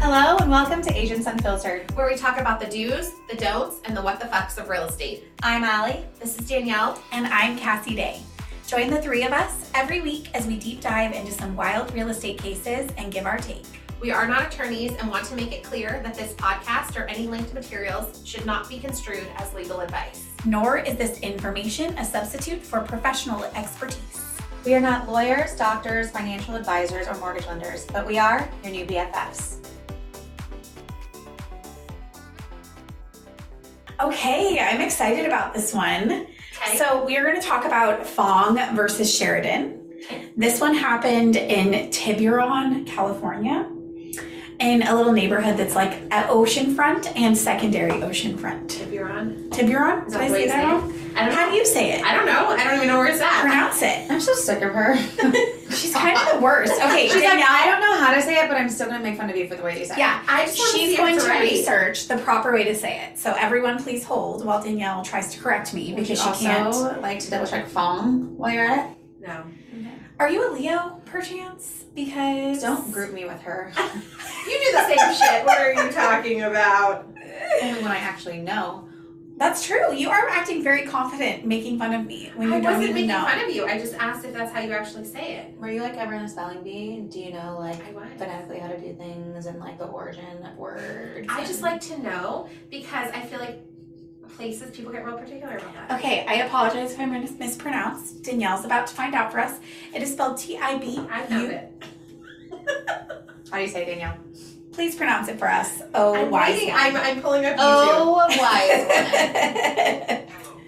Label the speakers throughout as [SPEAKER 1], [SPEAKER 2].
[SPEAKER 1] Hello and welcome to Agents Unfiltered.
[SPEAKER 2] where we talk about the do's, the don'ts, and the what the fucks of real estate.
[SPEAKER 1] I'm Allie.
[SPEAKER 2] This is Danielle.
[SPEAKER 1] And I'm Cassie Day. Join the three of us every week as we deep dive into some wild real estate cases and give our take.
[SPEAKER 2] We are not attorneys and want to make it clear that this podcast or any linked materials should not be construed as legal advice.
[SPEAKER 1] Nor is this information a substitute for professional expertise.
[SPEAKER 3] We are not lawyers, doctors, financial advisors, or mortgage lenders, but we are your new BFFs.
[SPEAKER 1] Okay, I'm excited about this one.
[SPEAKER 2] Okay.
[SPEAKER 1] So, we are going to talk about Fong versus Sheridan. This one happened in Tiburon, California, in a little neighborhood that's like at oceanfront and secondary oceanfront.
[SPEAKER 2] if you're on,
[SPEAKER 1] Tiburon?
[SPEAKER 2] Is
[SPEAKER 1] Did
[SPEAKER 2] that
[SPEAKER 1] I
[SPEAKER 2] the way
[SPEAKER 1] say
[SPEAKER 2] you
[SPEAKER 1] that
[SPEAKER 2] say it?
[SPEAKER 1] wrong?
[SPEAKER 2] I don't
[SPEAKER 1] How
[SPEAKER 2] know.
[SPEAKER 1] do you say it?
[SPEAKER 2] I don't know. I don't even know where it's at.
[SPEAKER 1] Pronounce it.
[SPEAKER 3] I'm so sick of her. She's
[SPEAKER 1] She's kind of the worst. Okay,
[SPEAKER 3] like,
[SPEAKER 1] Danielle,
[SPEAKER 3] I don't know how to say it, but I'm still gonna make fun of you for the way you say it.
[SPEAKER 1] Yeah,
[SPEAKER 2] I just want to see
[SPEAKER 1] she's
[SPEAKER 2] if
[SPEAKER 1] going
[SPEAKER 2] it's
[SPEAKER 1] to
[SPEAKER 2] right.
[SPEAKER 1] research the proper way to say it. So everyone, please hold while Danielle tries to correct
[SPEAKER 3] Would
[SPEAKER 1] me
[SPEAKER 3] you
[SPEAKER 1] because she
[SPEAKER 3] also
[SPEAKER 1] can't.
[SPEAKER 3] like to double check phone while you're at
[SPEAKER 2] No.
[SPEAKER 1] Are you a Leo, perchance? Because
[SPEAKER 3] it? Don't group me with her.
[SPEAKER 2] You do the same shit. What are you talking about?
[SPEAKER 3] Only when I actually know.
[SPEAKER 1] That's true. You are acting very confident, making fun of me when you
[SPEAKER 2] I
[SPEAKER 1] don't
[SPEAKER 2] wasn't
[SPEAKER 1] even
[SPEAKER 2] making
[SPEAKER 1] know.
[SPEAKER 2] fun of you. I just asked if that's how you actually say it.
[SPEAKER 3] Were you like ever in a spelling bee? And Do you know like
[SPEAKER 2] I was.
[SPEAKER 3] phonetically how to do things and like the origin of words?
[SPEAKER 2] I just like to know because I feel like places people get real particular about that.
[SPEAKER 1] Okay, I apologize if I mis- mispronounced. Danielle's about to find out for us. It is spelled T I B.
[SPEAKER 2] I found it.
[SPEAKER 3] how do you say it, Danielle?
[SPEAKER 1] Please pronounce it for us. Oh,
[SPEAKER 2] I'm
[SPEAKER 1] wise
[SPEAKER 2] waiting.
[SPEAKER 1] one.
[SPEAKER 2] I'm, I'm pulling up YouTube.
[SPEAKER 3] Oh wise woman.
[SPEAKER 4] Hello.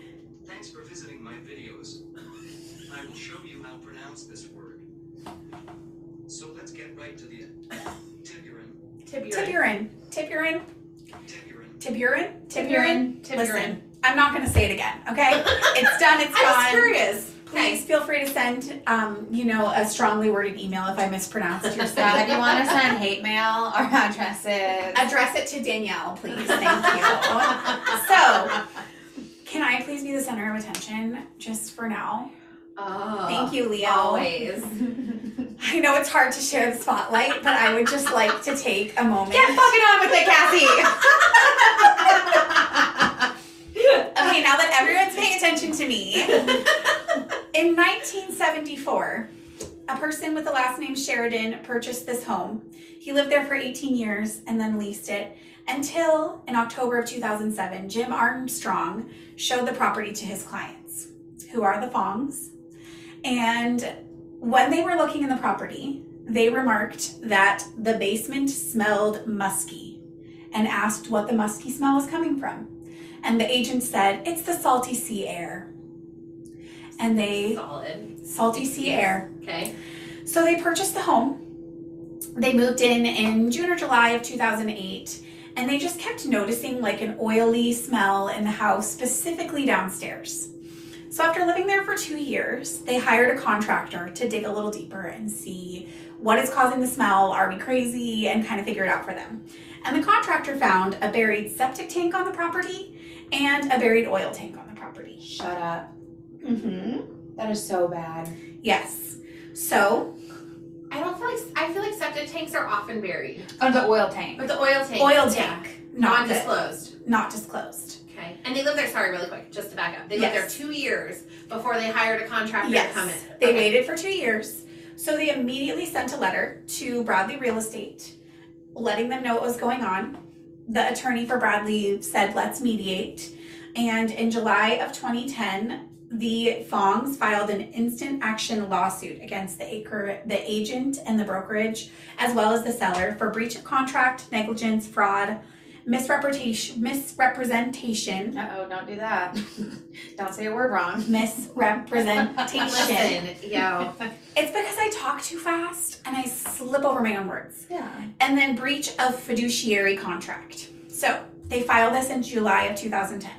[SPEAKER 4] Thanks for visiting my videos. I will show you how to pronounce this word. So let's get right to the end. Tiburon,
[SPEAKER 2] Tiburon.
[SPEAKER 1] Tiburon. Tiburon.
[SPEAKER 4] Tiburon,
[SPEAKER 1] Tiburon?
[SPEAKER 2] Tiburon.
[SPEAKER 1] Listen, I'm not going to say it again, okay? It's done, it's
[SPEAKER 2] I was
[SPEAKER 1] gone.
[SPEAKER 2] curious.
[SPEAKER 1] Please feel free to send, um, you know, a strongly worded email if I mispronounced your
[SPEAKER 3] Now, if
[SPEAKER 1] stuff.
[SPEAKER 3] you want to send hate mail or addresses,
[SPEAKER 1] Address it to Danielle, please. Thank you. so, can I please be the center of attention just for now?
[SPEAKER 2] Oh.
[SPEAKER 1] Thank you, Leo.
[SPEAKER 2] Always.
[SPEAKER 1] I know it's hard to share the spotlight, but I would just like to take a moment.
[SPEAKER 3] Get fucking on with it, Cassie.
[SPEAKER 1] Okay, now that everyone's paying attention to me, in 1974, a person with the last name Sheridan purchased this home. He lived there for 18 years and then leased it until in October of 2007, Jim Armstrong showed the property to his clients, who are the Fongs. And when they were looking in the property, they remarked that the basement smelled musky and asked what the musky smell was coming from. And the agent said, It's the salty sea air. And they,
[SPEAKER 2] Solid.
[SPEAKER 1] salty sea air.
[SPEAKER 2] Okay.
[SPEAKER 1] So they purchased the home. They moved in in June or July of 2008, and they just kept noticing like an oily smell in the house, specifically downstairs. So after living there for two years, they hired a contractor to dig a little deeper and see what is causing the smell, are we crazy, and kind of figure it out for them. And the contractor found a buried septic tank on the property and a buried oil tank on the property.
[SPEAKER 3] Shut up.
[SPEAKER 1] Mm-hmm.
[SPEAKER 3] That is so bad.
[SPEAKER 1] Yes. So
[SPEAKER 2] I don't feel like I feel like septic tanks are often buried,
[SPEAKER 3] Oh, the oil tank.
[SPEAKER 2] but the oil tank.
[SPEAKER 1] oil
[SPEAKER 2] yeah,
[SPEAKER 1] tank, not disclosed.
[SPEAKER 2] non-disclosed.
[SPEAKER 1] Not disclosed.
[SPEAKER 2] Okay. And they lived there. Sorry, really quick, just to back up. They lived
[SPEAKER 1] Yes.
[SPEAKER 2] there two years before they hired a contractor to come in.
[SPEAKER 1] Yes, they
[SPEAKER 2] Okay.
[SPEAKER 1] waited for two years, so they immediately sent a letter to Bradley Real Estate, letting them know what was going on. The attorney for Bradley said, "Let's mediate," and in July of 2010. The Fongs filed an instant action lawsuit against the acre, the agent, and the brokerage, as well as the seller, for breach of contract, negligence, fraud, misrepresentation, misrepresentation,
[SPEAKER 3] Uh oh, don't do that. don't say a word wrong.
[SPEAKER 1] misrepresentation.
[SPEAKER 2] Listen, yo.
[SPEAKER 1] it's because I talk too fast and I slip over my own words.
[SPEAKER 3] Yeah.
[SPEAKER 1] And then breach of fiduciary contract. So they filed this in July of 2010.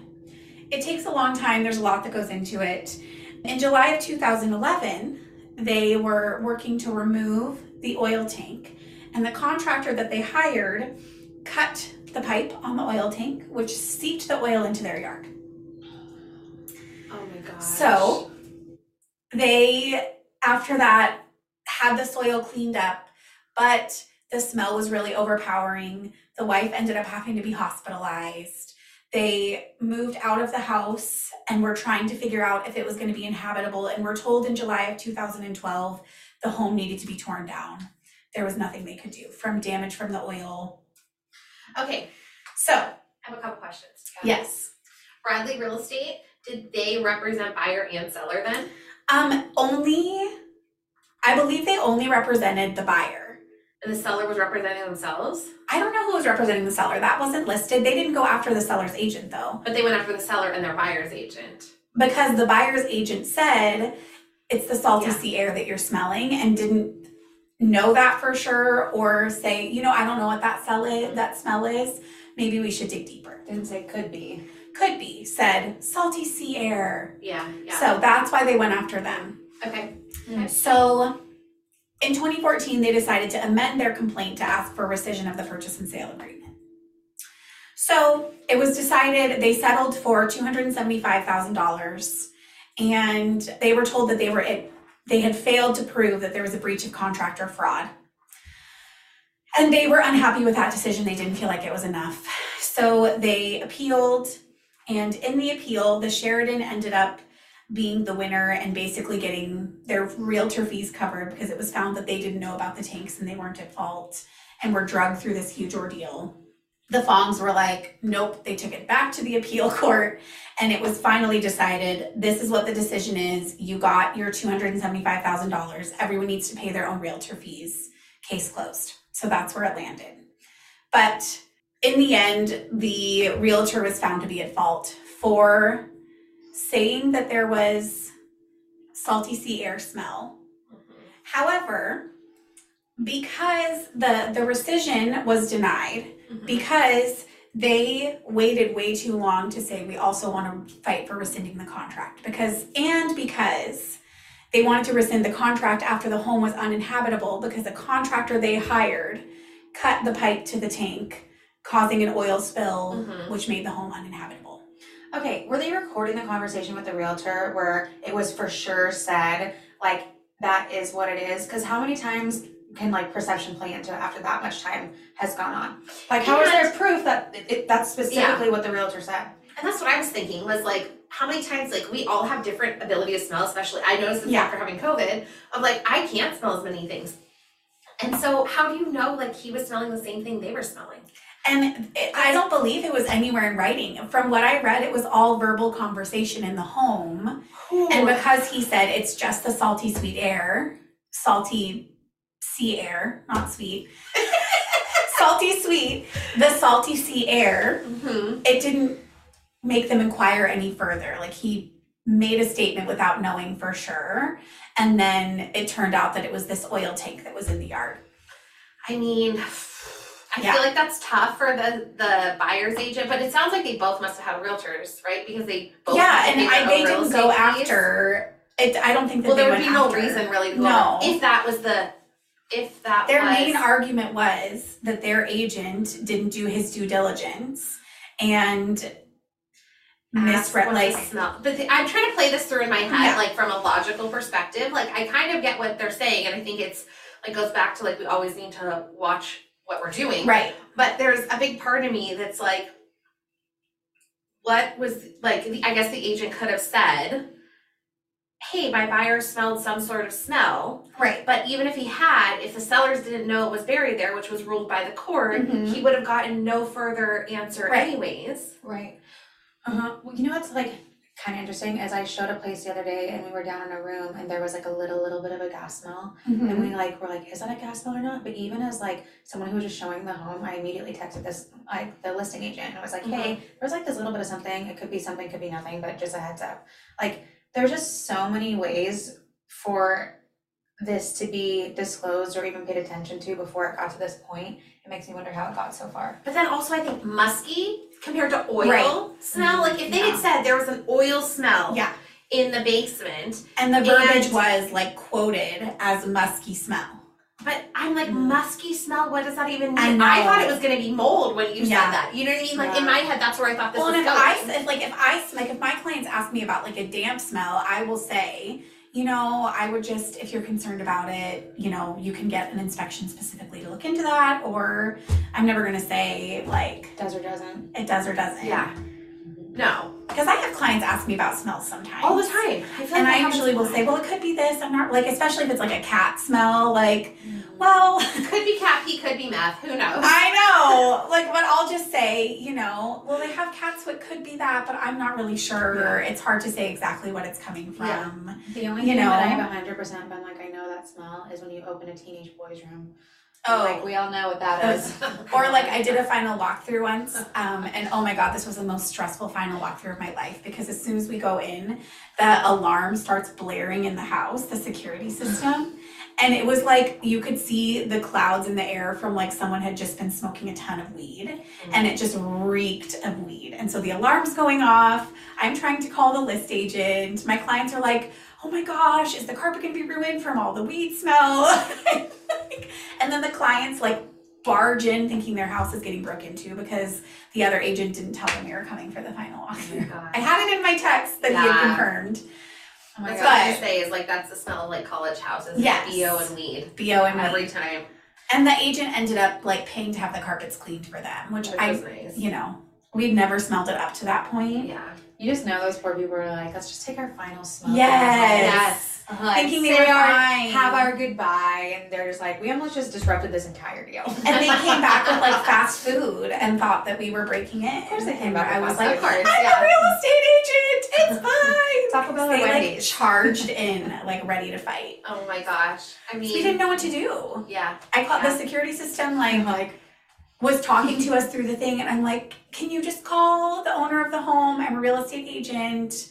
[SPEAKER 1] It takes a long time, there's a lot that goes into it. In July of 2011, they were working to remove the oil tank, and the contractor that they hired cut the pipe on the oil tank, which seeped the oil into their yard.
[SPEAKER 2] Oh my gosh.
[SPEAKER 1] So they, after that, had the soil cleaned up, but The smell was really overpowering. The wife ended up having to be hospitalized. They moved out of the house and were trying to figure out if it was going to be inhabitable. And we're told in July of 2012, the home needed to be torn down. There was nothing they could do from damage from the oil.
[SPEAKER 2] Okay,
[SPEAKER 1] So,
[SPEAKER 2] I have a couple questions.
[SPEAKER 1] yes.
[SPEAKER 2] Bradley Real Estate, did they represent buyer and seller then?
[SPEAKER 1] Um, only, I believe they only represented the buyer.
[SPEAKER 2] And the seller was representing themselves?
[SPEAKER 1] I don't know who was representing the seller. That wasn't listed. They didn't go after the seller's agent though,
[SPEAKER 2] But they went after the seller and their buyer's agent.
[SPEAKER 1] because the buyer's agent said it's the salty
[SPEAKER 2] Yeah.
[SPEAKER 1] sea air that you're smelling and didn't know that for sure or say, you know, I don't know what that smell is, that smell is. Maybe we should dig deeper.
[SPEAKER 3] Didn't say could be.
[SPEAKER 1] Could be said salty sea air.
[SPEAKER 2] Yeah, yeah.
[SPEAKER 1] So that's why they went after them.
[SPEAKER 2] okay.
[SPEAKER 1] So in 2014, they decided to amend their complaint to ask for rescission of the purchase and sale agreement. So it was decided they settled for $275,000 and they were told that they were it, they had failed to prove that there was a breach of contract or fraud. And they were unhappy with that decision. They didn't feel like it was enough. So they appealed and in the appeal, the Sheridan ended up being the winner and basically getting their realtor fees covered because it was found that they didn't know about the tanks and they weren't at fault and were drugged through this huge ordeal. The Fongs were like, nope, they took it back to the appeal court and it was finally decided this is what the decision is. You got your $275,000. Everyone needs to pay their own realtor fees. Case closed. So that's where it landed. But in the end, the realtor was found to be at fault for saying that there was salty sea air smell.
[SPEAKER 2] Mm-hmm.
[SPEAKER 1] However, because the the rescission was denied
[SPEAKER 2] Mm-hmm.
[SPEAKER 1] because they waited way too long to say we also want to fight for rescinding the contract because and because they wanted to rescind the contract after the home was uninhabitable because the contractor they hired cut the pipe to the tank causing an oil spill
[SPEAKER 2] Mhm.
[SPEAKER 1] which made the home uninhabitable
[SPEAKER 3] Okay, were they recording the conversation with the realtor where it was for sure said, like, that is what it is? Because how many times can, like, perception play into it after that much time has gone on? Like, how is there proof that it, it- that's specifically what the realtor said?
[SPEAKER 2] And that's what I was thinking was like, how many times like we all have different ability to smell, especially I noticed this
[SPEAKER 1] Yeah.
[SPEAKER 2] after having COVID, of like I can't smell as many things. And so how do you know like he was smelling the same thing they were smelling?
[SPEAKER 1] And it, I don't believe it was anywhere in writing. From what I read, it was all verbal conversation in the home. And because he said it's just the salty, sweet air, salty sea air, not sweet, salty, sweet, the salty sea air,
[SPEAKER 2] Mm-hmm.
[SPEAKER 1] it didn't make them inquire any further. Like he made a statement without knowing for sure. And then it turned out that it was this oil tank that was in the yard.
[SPEAKER 2] I mean I
[SPEAKER 1] Yeah.
[SPEAKER 2] feel like that's tough for the the buyer's agent, but it sounds like they both must have had realtors, right? Because they both
[SPEAKER 1] yeah,
[SPEAKER 2] must
[SPEAKER 1] and
[SPEAKER 2] have made
[SPEAKER 1] I,
[SPEAKER 2] their
[SPEAKER 1] they
[SPEAKER 2] own real
[SPEAKER 1] didn't go
[SPEAKER 2] estate fees.
[SPEAKER 1] after. It, I don't think that
[SPEAKER 2] Well,
[SPEAKER 1] they
[SPEAKER 2] there would
[SPEAKER 1] went
[SPEAKER 2] be no
[SPEAKER 1] after.
[SPEAKER 2] reason really to go
[SPEAKER 1] No.
[SPEAKER 2] after- if that was the if that
[SPEAKER 1] Their
[SPEAKER 2] was
[SPEAKER 1] main argument was that their agent didn't do his due diligence and
[SPEAKER 2] ask
[SPEAKER 1] misread.
[SPEAKER 2] what
[SPEAKER 1] Like,
[SPEAKER 2] the smell. But the- I'm trying to play this through in my head,
[SPEAKER 1] Yeah.
[SPEAKER 2] like from a logical perspective. Like I kind of get what they're saying, and I think it's like goes back to like we always need to watch what we're doing.
[SPEAKER 1] right?
[SPEAKER 2] But there's a big part of me that's like, what was like? The, I guess the agent could have said, "Hey, my buyer smelled some sort of smell."
[SPEAKER 1] Right.
[SPEAKER 2] But even if he had, if the sellers didn't know it was buried there, which was ruled by the court,
[SPEAKER 3] Mhm.
[SPEAKER 2] he would have gotten no further answer
[SPEAKER 1] Mm-hmm. Right.
[SPEAKER 2] anyways.
[SPEAKER 3] Right. Uh-huh. Well, you know what's like kind of interesting is I showed a place the other day and we were down in a room and there was like a little little bit of a gas smell and
[SPEAKER 2] Mm-hmm.
[SPEAKER 3] we like were like is that a gas smell or not? But even as like someone who was just showing the home, I immediately texted this like the listing agent and I was like, hey, there's like this little bit of something. It could be something, could be nothing, but just a heads up. Like there's just so many ways for this to be disclosed or even paid attention to before it got to this point. It makes me wonder how it got so far.
[SPEAKER 2] But then also, I think musky compared to oil
[SPEAKER 1] Right.
[SPEAKER 2] smell. Like if they
[SPEAKER 1] Yeah.
[SPEAKER 2] had said there was an oil smell
[SPEAKER 1] Yeah.
[SPEAKER 2] in the basement,
[SPEAKER 1] And the verbiage
[SPEAKER 2] And-
[SPEAKER 1] was like quoted as musky smell.
[SPEAKER 2] but I'm like
[SPEAKER 3] Mm.
[SPEAKER 2] musky smell. What does that even
[SPEAKER 1] Mm-hmm. I
[SPEAKER 2] mean? I,
[SPEAKER 1] know.
[SPEAKER 2] thought it was going to be mold when you
[SPEAKER 1] Yeah.
[SPEAKER 2] said that. You know what I mean? Like in
[SPEAKER 3] Yeah.
[SPEAKER 2] my head, that's where I thought this
[SPEAKER 1] well,
[SPEAKER 2] was
[SPEAKER 1] and if
[SPEAKER 2] going.
[SPEAKER 1] I, if like, if I, like, if my clients ask me about like a damp smell, I will say, you know, I would just, if you're concerned about it, you know, you can get an inspection specifically to look into that, or I'm never gonna say like
[SPEAKER 3] Does or doesn't.
[SPEAKER 1] it does or doesn't.
[SPEAKER 2] Yeah. No.
[SPEAKER 1] Because I have clients ask me about smells sometimes.
[SPEAKER 2] All the time. I feel
[SPEAKER 1] And
[SPEAKER 2] like
[SPEAKER 1] I usually will say, well, it could be this. I'm not like, especially if it's like a cat smell, like,
[SPEAKER 3] Mm-hmm.
[SPEAKER 1] well,
[SPEAKER 2] could be cat pee, could be meth. Who knows?
[SPEAKER 1] I know. Like, but I'll just say, you know, well, they have cats, so it could be that, but I'm not really sure. It's hard to say exactly what it's coming from.
[SPEAKER 2] Yeah.
[SPEAKER 3] The only
[SPEAKER 1] You
[SPEAKER 3] thing that
[SPEAKER 1] know.
[SPEAKER 3] I've hundred percent been like, I know that smell is when you open a teenage boy's room.
[SPEAKER 1] Oh,
[SPEAKER 3] like we all know what that
[SPEAKER 1] Those-
[SPEAKER 3] is.
[SPEAKER 2] Oh
[SPEAKER 1] Or like I did a final walkthrough once, um, and oh my god, this was the most stressful final walkthrough of my life because as soon as we go in, the alarm starts blaring in the house, the security system, and it was like you could see the clouds in the air from like someone had just been smoking a ton of weed, and it just reeked of weed. And so the alarm's going off. I'm trying to call the list agent. My clients are like, "Oh my gosh, is the carpet gonna be ruined from all the weed smell?" and then the clients like barge in thinking their house is getting broke into because the other agent didn't tell them we were coming for the final
[SPEAKER 2] Oh my
[SPEAKER 1] walkthrough.
[SPEAKER 2] God.
[SPEAKER 1] I had it in my text that he had
[SPEAKER 2] Yeah.
[SPEAKER 1] confirmed.
[SPEAKER 3] oh my
[SPEAKER 2] That's
[SPEAKER 3] god.
[SPEAKER 2] what I was gonna say is like that's the smell of like college houses,
[SPEAKER 1] Yes.
[SPEAKER 2] like bo and weed
[SPEAKER 1] BO and
[SPEAKER 2] every
[SPEAKER 1] Every-
[SPEAKER 2] time,
[SPEAKER 1] And the agent ended up like paying to have the carpets cleaned for them, which
[SPEAKER 2] which was
[SPEAKER 1] I,
[SPEAKER 2] nice.
[SPEAKER 1] you know, we'd never smelled it up to that point.
[SPEAKER 2] Yeah,
[SPEAKER 3] You just know those poor people are like, let's just take our final smell.
[SPEAKER 1] Yes.
[SPEAKER 3] Like,
[SPEAKER 1] Thinking they
[SPEAKER 3] say
[SPEAKER 1] were
[SPEAKER 3] our-
[SPEAKER 1] fine.
[SPEAKER 3] have our goodbye, and they're just like, we almost just disrupted this entire deal. Of
[SPEAKER 1] And they came back with like fast food and thought that we were breaking in. Of
[SPEAKER 3] course, they came
[SPEAKER 1] and
[SPEAKER 3] back.
[SPEAKER 1] I
[SPEAKER 3] with
[SPEAKER 1] was
[SPEAKER 3] fast
[SPEAKER 1] like,
[SPEAKER 3] food cards,
[SPEAKER 1] I'm
[SPEAKER 3] yeah.
[SPEAKER 1] a real estate agent. It's fine.
[SPEAKER 3] Taco Bell or
[SPEAKER 1] they like
[SPEAKER 3] Wendy's.
[SPEAKER 1] charged in, like ready to fight.
[SPEAKER 2] Oh my gosh. I mean,
[SPEAKER 1] We didn't know what to do.
[SPEAKER 2] yeah.
[SPEAKER 1] I called the security system, like,
[SPEAKER 3] I'm like,
[SPEAKER 1] was talking to us through the thing, and I'm like, can you just call the owner of the home? I'm a real estate agent.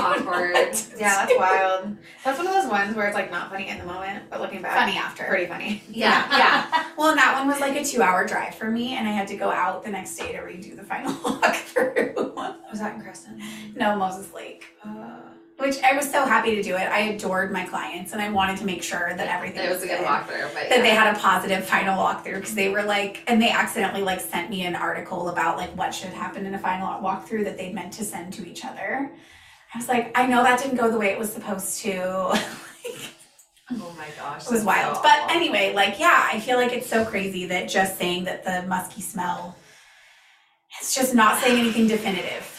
[SPEAKER 2] Awkward.
[SPEAKER 3] yeah, that's wild. That's one of those ones where it's like not funny in the moment, but looking back,
[SPEAKER 1] Funny after.
[SPEAKER 3] pretty funny.
[SPEAKER 2] Yeah, yeah.
[SPEAKER 1] Well, and that one was like a two hour drive for me, and I had to go out the next day to redo the final walkthrough.
[SPEAKER 3] Was that in Creston?
[SPEAKER 1] no, Moses Lake.
[SPEAKER 3] Uh,
[SPEAKER 1] Which I was so happy to do it. I adored my clients, and I wanted to make sure that everything
[SPEAKER 2] It was a good walkthrough, but
[SPEAKER 1] that they
[SPEAKER 2] yeah.
[SPEAKER 1] had a positive final walkthrough because they were like, and they accidentally like sent me an article about like what should happen in a final walkthrough that they meant to send to each other. I was like, I know that didn't go the way it was supposed to.
[SPEAKER 2] oh my gosh,
[SPEAKER 1] it was
[SPEAKER 2] that's
[SPEAKER 1] wild.
[SPEAKER 2] so
[SPEAKER 1] But
[SPEAKER 2] awful.
[SPEAKER 1] anyway, like, yeah, I feel like it's so crazy that just saying that the musky smell, it's just not saying anything definitive.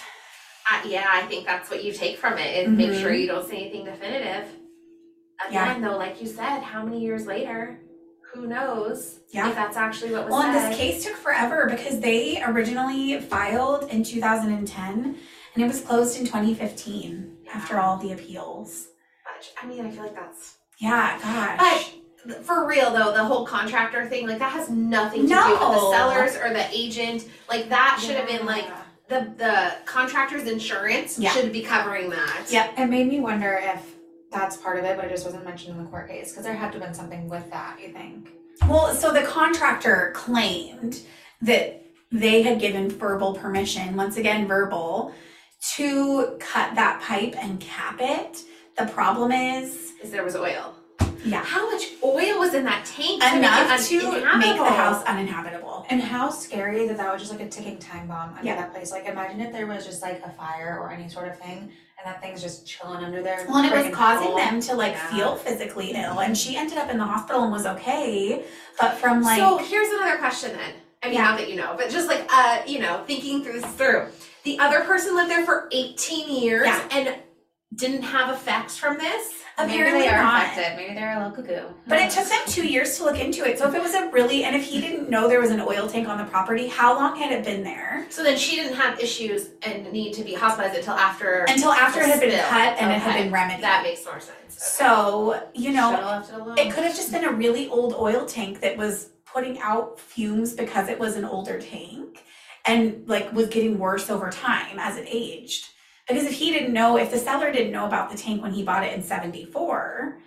[SPEAKER 2] Uh, yeah, I think that's what you take from it is make sure you don't say anything definitive. Again,
[SPEAKER 1] Mm-hmm. Yeah.
[SPEAKER 2] though, like you said, how many years later? Who knows
[SPEAKER 1] Yeah.
[SPEAKER 2] if that's actually what was
[SPEAKER 1] Well, and
[SPEAKER 2] said?
[SPEAKER 1] this case took forever because they originally filed in 2010 and it was closed in 2015 after all the appeals.
[SPEAKER 2] But, I mean, I feel like that's
[SPEAKER 1] Yeah, gosh.
[SPEAKER 2] But for real though, the whole contractor thing, like that has nothing to do with
[SPEAKER 1] No.
[SPEAKER 2] the sellers or the agent. Like that should have been like the the contractor's insurance
[SPEAKER 1] Yeah.
[SPEAKER 2] should be covering that.
[SPEAKER 1] Yeah.
[SPEAKER 3] It made me wonder if that's part of it, but it just wasn't mentioned in the court case because there had to have been something with that. You think?
[SPEAKER 1] Well, so the contractor claimed that they had given verbal permission, once again, verbal, to cut that pipe and cap it. The problem is,
[SPEAKER 2] Because there was oil.
[SPEAKER 1] yeah,
[SPEAKER 2] How much oil was in that tank to
[SPEAKER 1] enough
[SPEAKER 2] make it
[SPEAKER 1] to make the
[SPEAKER 2] uninhabitable?
[SPEAKER 1] house uninhabitable.
[SPEAKER 3] And how scary that that was just like a ticking time bomb under
[SPEAKER 1] Yeah.
[SPEAKER 3] that place. Like, imagine if there was just like a fire or any sort of thing, and that thing's just chilling under there.
[SPEAKER 1] Well, and it
[SPEAKER 3] friggin'
[SPEAKER 1] was causing
[SPEAKER 3] cold.
[SPEAKER 1] them to like
[SPEAKER 3] Yeah.
[SPEAKER 1] feel physically ill, and she ended up in the hospital and was okay. But from like,
[SPEAKER 2] so here's another question then. I mean,
[SPEAKER 1] Yeah.
[SPEAKER 2] not that you know, but just like uh, you know, thinking through this through. The other person lived there for 18 years
[SPEAKER 1] Yeah.
[SPEAKER 2] and didn't have effects from this.
[SPEAKER 1] apparently
[SPEAKER 3] Maybe they are
[SPEAKER 1] not.
[SPEAKER 3] affected. Maybe they're a little cuckoo.
[SPEAKER 1] But it took them two years to look into it. So if it was a really, and if he didn't know there was an oil tank on the property, how long had it been there?
[SPEAKER 2] So then she didn't have issues and need to be hospitalized until after.
[SPEAKER 1] Until after it had been
[SPEAKER 2] Still,
[SPEAKER 1] cut and it had
[SPEAKER 2] okay.
[SPEAKER 1] been remedied.
[SPEAKER 2] that makes more sense.
[SPEAKER 1] so you know,
[SPEAKER 3] Should've left it alone.
[SPEAKER 1] it could have just been a really old oil tank that was putting out fumes because it was an older tank, and like was getting worse over time as it aged. Because if he didn't know, if the seller didn't know about the tank when he bought it in '74,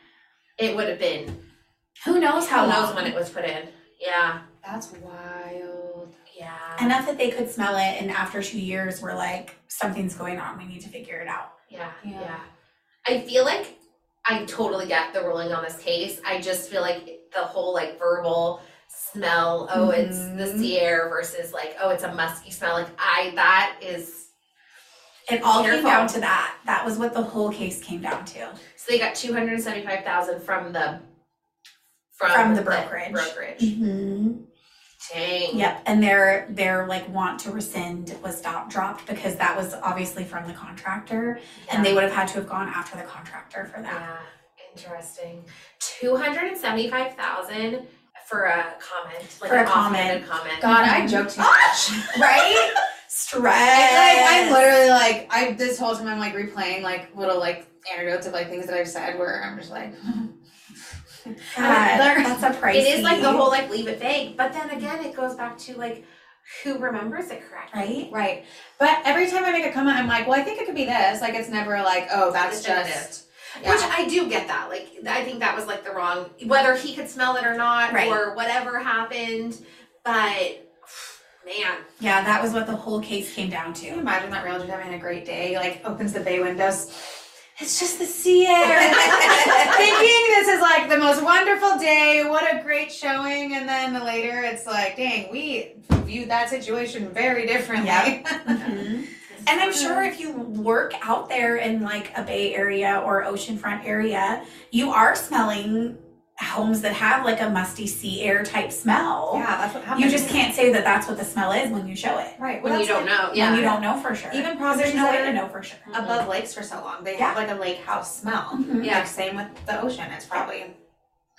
[SPEAKER 2] It would have been.
[SPEAKER 1] who knows how
[SPEAKER 2] Who
[SPEAKER 1] long?
[SPEAKER 2] knows when it was put in? Yeah.
[SPEAKER 3] That's wild.
[SPEAKER 2] Yeah.
[SPEAKER 1] Enough that they could smell it, and after two years, we're like, something's going on. We need to figure it out.
[SPEAKER 2] yeah.
[SPEAKER 3] Yeah.
[SPEAKER 2] Yeah. I feel like I totally get the ruling on this case. I just feel like the whole like verbal smell. Oh,
[SPEAKER 1] Mm-hmm.
[SPEAKER 2] it's the
[SPEAKER 3] Mhm.
[SPEAKER 2] Sierra versus like oh, it's a musky smell. Like I that is.
[SPEAKER 1] It all came
[SPEAKER 2] Careful.
[SPEAKER 1] down to that. That was what the whole case came down to.
[SPEAKER 2] So they got two hundred seventy five thousand from the from,
[SPEAKER 1] From the brokerage.
[SPEAKER 2] Brokerage.
[SPEAKER 1] Mm-hmm.
[SPEAKER 2] Dang.
[SPEAKER 1] Yep. And their their like want to rescind was dop- dropped because that was obviously from the contractor, and they would have had to have gone after the contractor for that.
[SPEAKER 2] Yeah. Interesting. Two hundred and seventy five thousand for a comment. Like
[SPEAKER 1] For a
[SPEAKER 2] an offhanded comment. Mm-hmm.
[SPEAKER 3] God, I joke too much.
[SPEAKER 1] Right? Stress.
[SPEAKER 3] And, like I'm literally like I this whole time I'm like replaying like little like anecdotes of like things that I've said where I'm just like
[SPEAKER 1] God, that's a pricey.
[SPEAKER 2] It is like the whole like leave it vague, but then again, it goes back to like who remembers it correctly.
[SPEAKER 1] right.
[SPEAKER 3] right. But every time I make a comment, I'm like, well, I think it could be this. Like it's never like oh that's
[SPEAKER 2] Definitive.
[SPEAKER 3] just yeah.
[SPEAKER 2] Which I do get that. Like I think that was like the wrong whether he could smell it or not
[SPEAKER 1] Right.
[SPEAKER 2] or whatever happened. But man,
[SPEAKER 1] Yeah, that was what the whole case came down
[SPEAKER 3] Can you
[SPEAKER 1] to.
[SPEAKER 3] imagine that realtor having a great day? Like opens the bay windows. It's just the sea air. Thinking this is like the most wonderful day. What a great showing. And then later it's like, dang, we viewed that situation very differently.
[SPEAKER 1] Yep.
[SPEAKER 3] Mm-hmm.
[SPEAKER 1] And I'm sure if you work out there in like a Bay Area or oceanfront area, you are smelling homes that have like a musty sea air type smell.
[SPEAKER 3] Yeah, Oh, that's what happens.
[SPEAKER 1] You just can't say that that's what the smell is when you show it.
[SPEAKER 3] Right.
[SPEAKER 2] when
[SPEAKER 3] well,
[SPEAKER 2] you
[SPEAKER 3] that's
[SPEAKER 2] don't know, yeah.
[SPEAKER 1] When you don't know for sure.
[SPEAKER 3] Even
[SPEAKER 1] 'Cause there's
[SPEAKER 3] properties
[SPEAKER 1] no way
[SPEAKER 3] that
[SPEAKER 1] to
[SPEAKER 3] are
[SPEAKER 1] know for sure.
[SPEAKER 3] like above lakes for so long, they have like a lake house smell.
[SPEAKER 1] Mhm.
[SPEAKER 2] Yeah.
[SPEAKER 3] Like same with the ocean. It's probably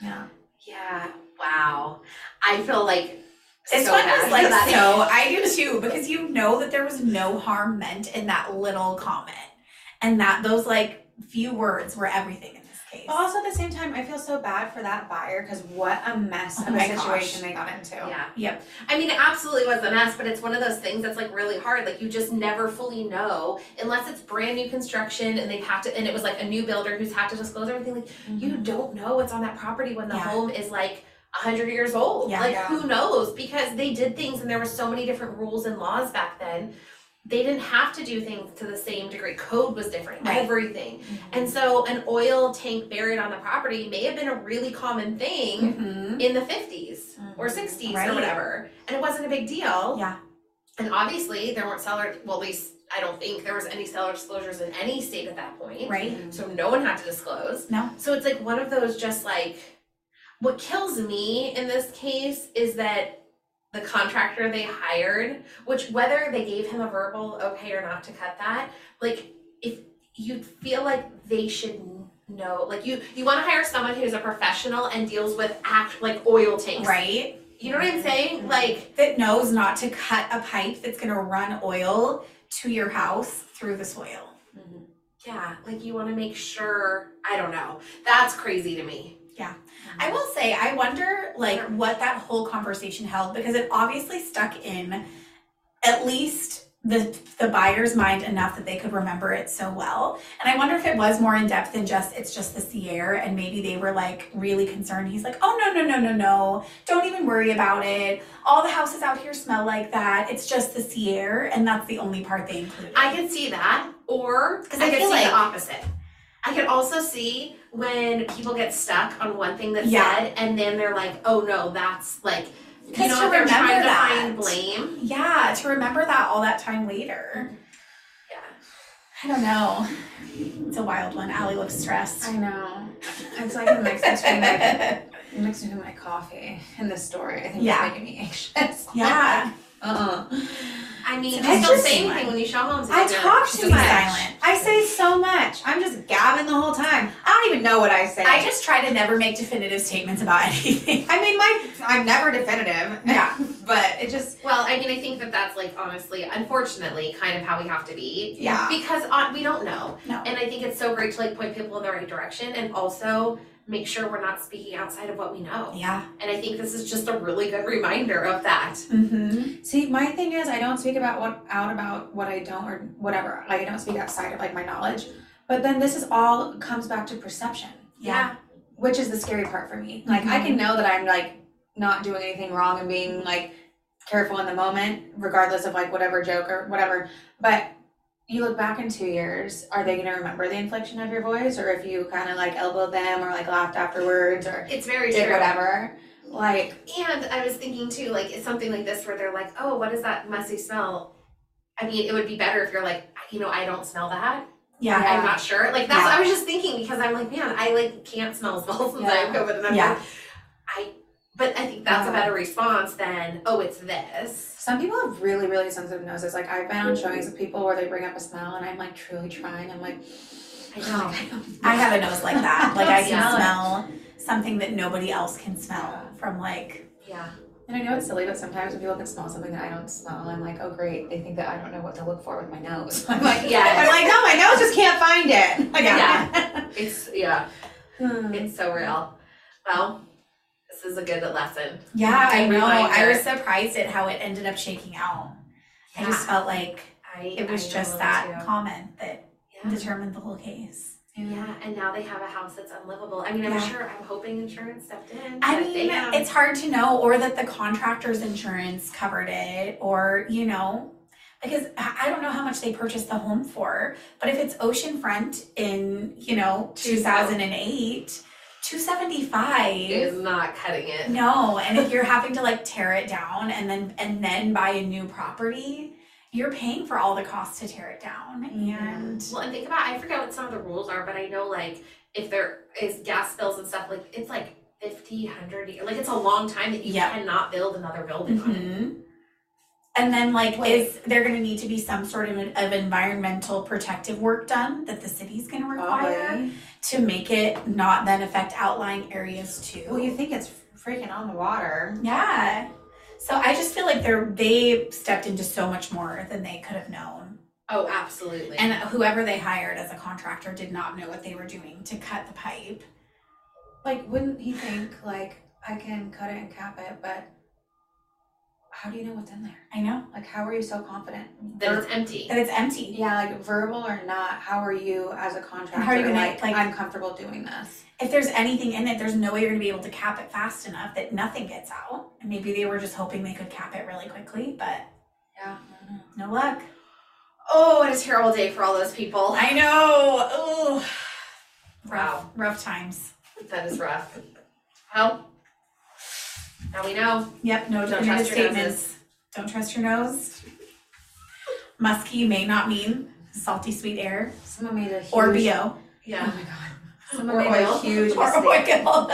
[SPEAKER 3] yeah.
[SPEAKER 2] Yeah. Wow. I feel like
[SPEAKER 1] This
[SPEAKER 2] so
[SPEAKER 1] one
[SPEAKER 2] bad
[SPEAKER 1] was
[SPEAKER 2] for
[SPEAKER 1] like
[SPEAKER 2] that.
[SPEAKER 1] so. I do too because you know that there was no harm meant in that little comment, and that those like few words were everything in this case.
[SPEAKER 2] Oh,
[SPEAKER 3] But also at the same time, I feel so bad for that buyer because what a mess
[SPEAKER 1] Oh
[SPEAKER 3] of a
[SPEAKER 1] my
[SPEAKER 3] situation
[SPEAKER 1] gosh.
[SPEAKER 3] they got into.
[SPEAKER 2] Yeah.
[SPEAKER 1] Yep.
[SPEAKER 2] I mean, it absolutely was a mess, but it's one of those things that's like really hard. Like you just never fully know unless it's brand new construction and they've had to, and it was like a new builder who's had to disclose everything. Like you don't know what's on that property when the
[SPEAKER 1] Yeah.
[SPEAKER 2] home is like a hundred years old.
[SPEAKER 1] Yeah.
[SPEAKER 2] like
[SPEAKER 3] Yeah.
[SPEAKER 2] who knows? Because they did things, and there were so many different rules and laws back then. They didn't have to do things to the same degree. Code was different.
[SPEAKER 1] Right.
[SPEAKER 2] Everything. And so, an oil tank buried on the property may have been a really common thing
[SPEAKER 3] Mm-hmm.
[SPEAKER 1] Mhm.
[SPEAKER 2] in the 50s or
[SPEAKER 3] Mhm.
[SPEAKER 2] 60s
[SPEAKER 1] Mm-hmm. Right.
[SPEAKER 2] or whatever. And it wasn't a big deal.
[SPEAKER 1] Yeah.
[SPEAKER 2] And obviously, there weren't seller, well, at least I don't think there was any seller disclosures in any state at that point.
[SPEAKER 1] Right.
[SPEAKER 2] So no one had to disclose.
[SPEAKER 1] No.
[SPEAKER 2] So it's like one of those just like, what kills me in this case is that the contractor they hired, which whether they gave him a verbal okay or not to cut that, like if you feel like they should know, like you you want to hire someone who's a professional and deals with act like oil tanks,
[SPEAKER 1] Right. Mm-hmm.
[SPEAKER 2] You know what I'm saying? Like
[SPEAKER 1] That knows not to cut a pipe that's going to run oil to your house through the soil.
[SPEAKER 2] yeah, like you want to make sure. I don't know. That's crazy to me.
[SPEAKER 1] I will say, I wonder like what that whole conversation held because it obviously stuck in at least the the buyer's mind enough that they could remember it so well. And I wonder if it was more in depth than just it's just the sea air and maybe they were like really concerned. He's like, oh no no no no no, don't even worry about it. All the houses out here smell like that. It's just the sea air, and that's the only part they included.
[SPEAKER 2] I can see that, or
[SPEAKER 1] 'Cause
[SPEAKER 2] I,
[SPEAKER 1] I
[SPEAKER 2] can
[SPEAKER 1] feel
[SPEAKER 2] see
[SPEAKER 1] like-
[SPEAKER 2] the opposite. I can also see when people get stuck on one thing that's
[SPEAKER 1] Yeah.
[SPEAKER 2] said, and then they're like, "Oh no, that's like," you
[SPEAKER 1] Because
[SPEAKER 2] know,
[SPEAKER 1] to
[SPEAKER 2] they're
[SPEAKER 1] remember
[SPEAKER 2] trying
[SPEAKER 1] that.
[SPEAKER 2] to find blame.
[SPEAKER 1] yeah, to remember that all that time later.
[SPEAKER 2] Yeah,
[SPEAKER 1] I don't know. It's a wild one. Allie looks stressed.
[SPEAKER 3] I know. It's like a mix between like mix between my coffee and this story. I think
[SPEAKER 1] Yeah.
[SPEAKER 3] it's making me anxious.
[SPEAKER 1] Yeah.
[SPEAKER 3] Uh uh
[SPEAKER 2] I mean,
[SPEAKER 1] It's
[SPEAKER 2] you don't say
[SPEAKER 1] interesting.
[SPEAKER 2] anything when you show homes.
[SPEAKER 3] I
[SPEAKER 2] It's
[SPEAKER 3] talk
[SPEAKER 2] just
[SPEAKER 3] too
[SPEAKER 2] like-
[SPEAKER 3] much. I say so much. I'm just gabbing the whole time. I don't even know what I say.
[SPEAKER 1] I just try to never make definitive statements about anything.
[SPEAKER 3] I mean, my I'm never definitive.
[SPEAKER 1] Yeah.
[SPEAKER 3] but it just
[SPEAKER 2] Well, I mean, I think that that's like honestly, unfortunately, kind of how we have to be.
[SPEAKER 3] yeah.
[SPEAKER 2] because uh, we don't know
[SPEAKER 1] No.
[SPEAKER 2] and i think it's so great to like point people in the right direction and also make sure we're not speaking outside of what we know
[SPEAKER 1] Yeah.
[SPEAKER 2] and i think this is just a really good reminder of that
[SPEAKER 1] Mm-hmm.
[SPEAKER 3] See, my thing is I don't speak about what out about what I don't or whatever. Like I don't speak outside of like my knowledge. But then this is all comes back to perception,
[SPEAKER 1] Yeah.
[SPEAKER 3] which is the scary part for me. Like I
[SPEAKER 1] Mhm.
[SPEAKER 3] can know that I'm like not doing anything wrong and being like careful in the moment, regardless of like whatever joke or whatever. But you look back in two years, are they gonna remember the inflection of your voice? Or if you kinda like elbowed them or like laughed afterwards or
[SPEAKER 2] it's very
[SPEAKER 3] did
[SPEAKER 2] true
[SPEAKER 3] whatever. Like
[SPEAKER 2] and i was thinking too like it's something like this where they're like oh what is that messy smell i mean it would be better if you're like i you know, I don't smell that.
[SPEAKER 1] Yeah.
[SPEAKER 2] I'm not sure. Like that's I was just thinking because I'm like, man, I like can't smell smells since I have COVID and I'm
[SPEAKER 1] Yeah.
[SPEAKER 2] like I but I think that's a
[SPEAKER 3] Yeah.
[SPEAKER 2] better response than, oh, it's this.
[SPEAKER 3] Some people have really, really sensitive noses. Like I've been on showings of people where they bring up a smell, and I'm like truly trying. I'm like,
[SPEAKER 2] I know.
[SPEAKER 1] Oh. I have a nose like that. Like I can
[SPEAKER 2] Yeah.
[SPEAKER 1] smell something that nobody else can smell from like
[SPEAKER 2] Yeah.
[SPEAKER 3] and I know it's silly, but sometimes when people can smell something that I don't smell, I'm like, oh great, they think that I don't know what to look for with my nose. I'm like,
[SPEAKER 2] Yeah.
[SPEAKER 3] I'm like, no, my nose just can't find it. Like,
[SPEAKER 2] Yeah. It's yeah.
[SPEAKER 3] Hmm.
[SPEAKER 2] It's so real. Well, this is a good lesson.
[SPEAKER 1] Yeah, I know. I
[SPEAKER 2] Reminder.
[SPEAKER 1] was surprised at how it ended up shaking out. I just felt like
[SPEAKER 2] I
[SPEAKER 1] it was
[SPEAKER 2] I
[SPEAKER 1] just
[SPEAKER 2] know
[SPEAKER 1] that
[SPEAKER 2] too.
[SPEAKER 1] comment that
[SPEAKER 2] Yeah.
[SPEAKER 1] determined the whole case.
[SPEAKER 2] Yeah, and now they have a house that's unlivable. I mean, I'm
[SPEAKER 1] Yeah.
[SPEAKER 2] sure. I'm hoping insurance stepped in.
[SPEAKER 1] I
[SPEAKER 2] but
[SPEAKER 1] mean,
[SPEAKER 2] damn.
[SPEAKER 1] it's hard to know, or that the contractor's insurance covered it, or, you know, because I I don't know how much they purchased the home for, but if it's oceanfront in, you know, 2008, 275
[SPEAKER 2] is not cutting it.
[SPEAKER 1] no, and if you're having to like tear it down and then and then buy a new property, you're paying for all the costs to tear it down. And
[SPEAKER 2] Well, and think about I forget what some of the rules are, but I know like if there is gas bills and stuff, like it's like 50, 100 years. Like it's a long time that you
[SPEAKER 1] Yeah.
[SPEAKER 2] cannot build another building on it.
[SPEAKER 1] hmm And then, like,
[SPEAKER 2] Like-
[SPEAKER 1] is there going to need to be some sort of, of environmental protective work done that the city's going to require
[SPEAKER 3] Probably.
[SPEAKER 1] to make it not then affect outlying areas too?
[SPEAKER 3] Well, you think it's freaking on the water.
[SPEAKER 1] yeah. So I just feel like they're they stepped into so much more than they could have known,
[SPEAKER 2] Oh, absolutely.
[SPEAKER 1] and whoever they hired as a contractor did not know what they were doing to cut the pipe.
[SPEAKER 3] Like, wouldn't he think like I can cut it and cap it? But how do you know what's in there?
[SPEAKER 1] I know
[SPEAKER 3] Like, how are you so confident?
[SPEAKER 2] then it's empty.
[SPEAKER 1] that it's empty,
[SPEAKER 3] Yeah, like verbal or not, how are you as a contractor?
[SPEAKER 1] How are you gonna,
[SPEAKER 3] like,
[SPEAKER 1] like-
[SPEAKER 3] I'm comfortable doing this.
[SPEAKER 1] if there's anything in it, there's no way you're going to be able to cap it fast enough that nothing gets out. And maybe they were just hoping they could cap it really quickly, but
[SPEAKER 3] Yeah.
[SPEAKER 1] no luck.
[SPEAKER 2] Oh, what a terrible day for all those people.
[SPEAKER 1] I know. Oh, rough,
[SPEAKER 2] Wow.
[SPEAKER 1] rough times.
[SPEAKER 2] That is rough. Well, now we know.
[SPEAKER 1] Yep. No,
[SPEAKER 2] Don't
[SPEAKER 1] don't trust
[SPEAKER 2] trust your
[SPEAKER 1] statements. Don't trust your nose. Musky may not mean salty sweet air
[SPEAKER 3] Someone made a huge
[SPEAKER 1] or bo
[SPEAKER 2] Yeah.
[SPEAKER 3] Oh my god. Someone
[SPEAKER 2] Or
[SPEAKER 3] made
[SPEAKER 2] oil.
[SPEAKER 3] a huge
[SPEAKER 1] or
[SPEAKER 3] mistake.
[SPEAKER 1] oil.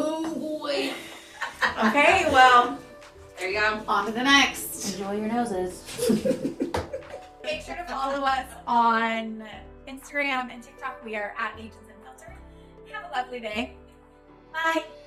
[SPEAKER 2] Oh boy.
[SPEAKER 1] okay. Well,
[SPEAKER 2] There you go.
[SPEAKER 3] On to the next. Enjoy your noses.
[SPEAKER 1] make sure to follow us on Instagram and TikTok. We are at Agents and Filter. Have a lovely day. Bye.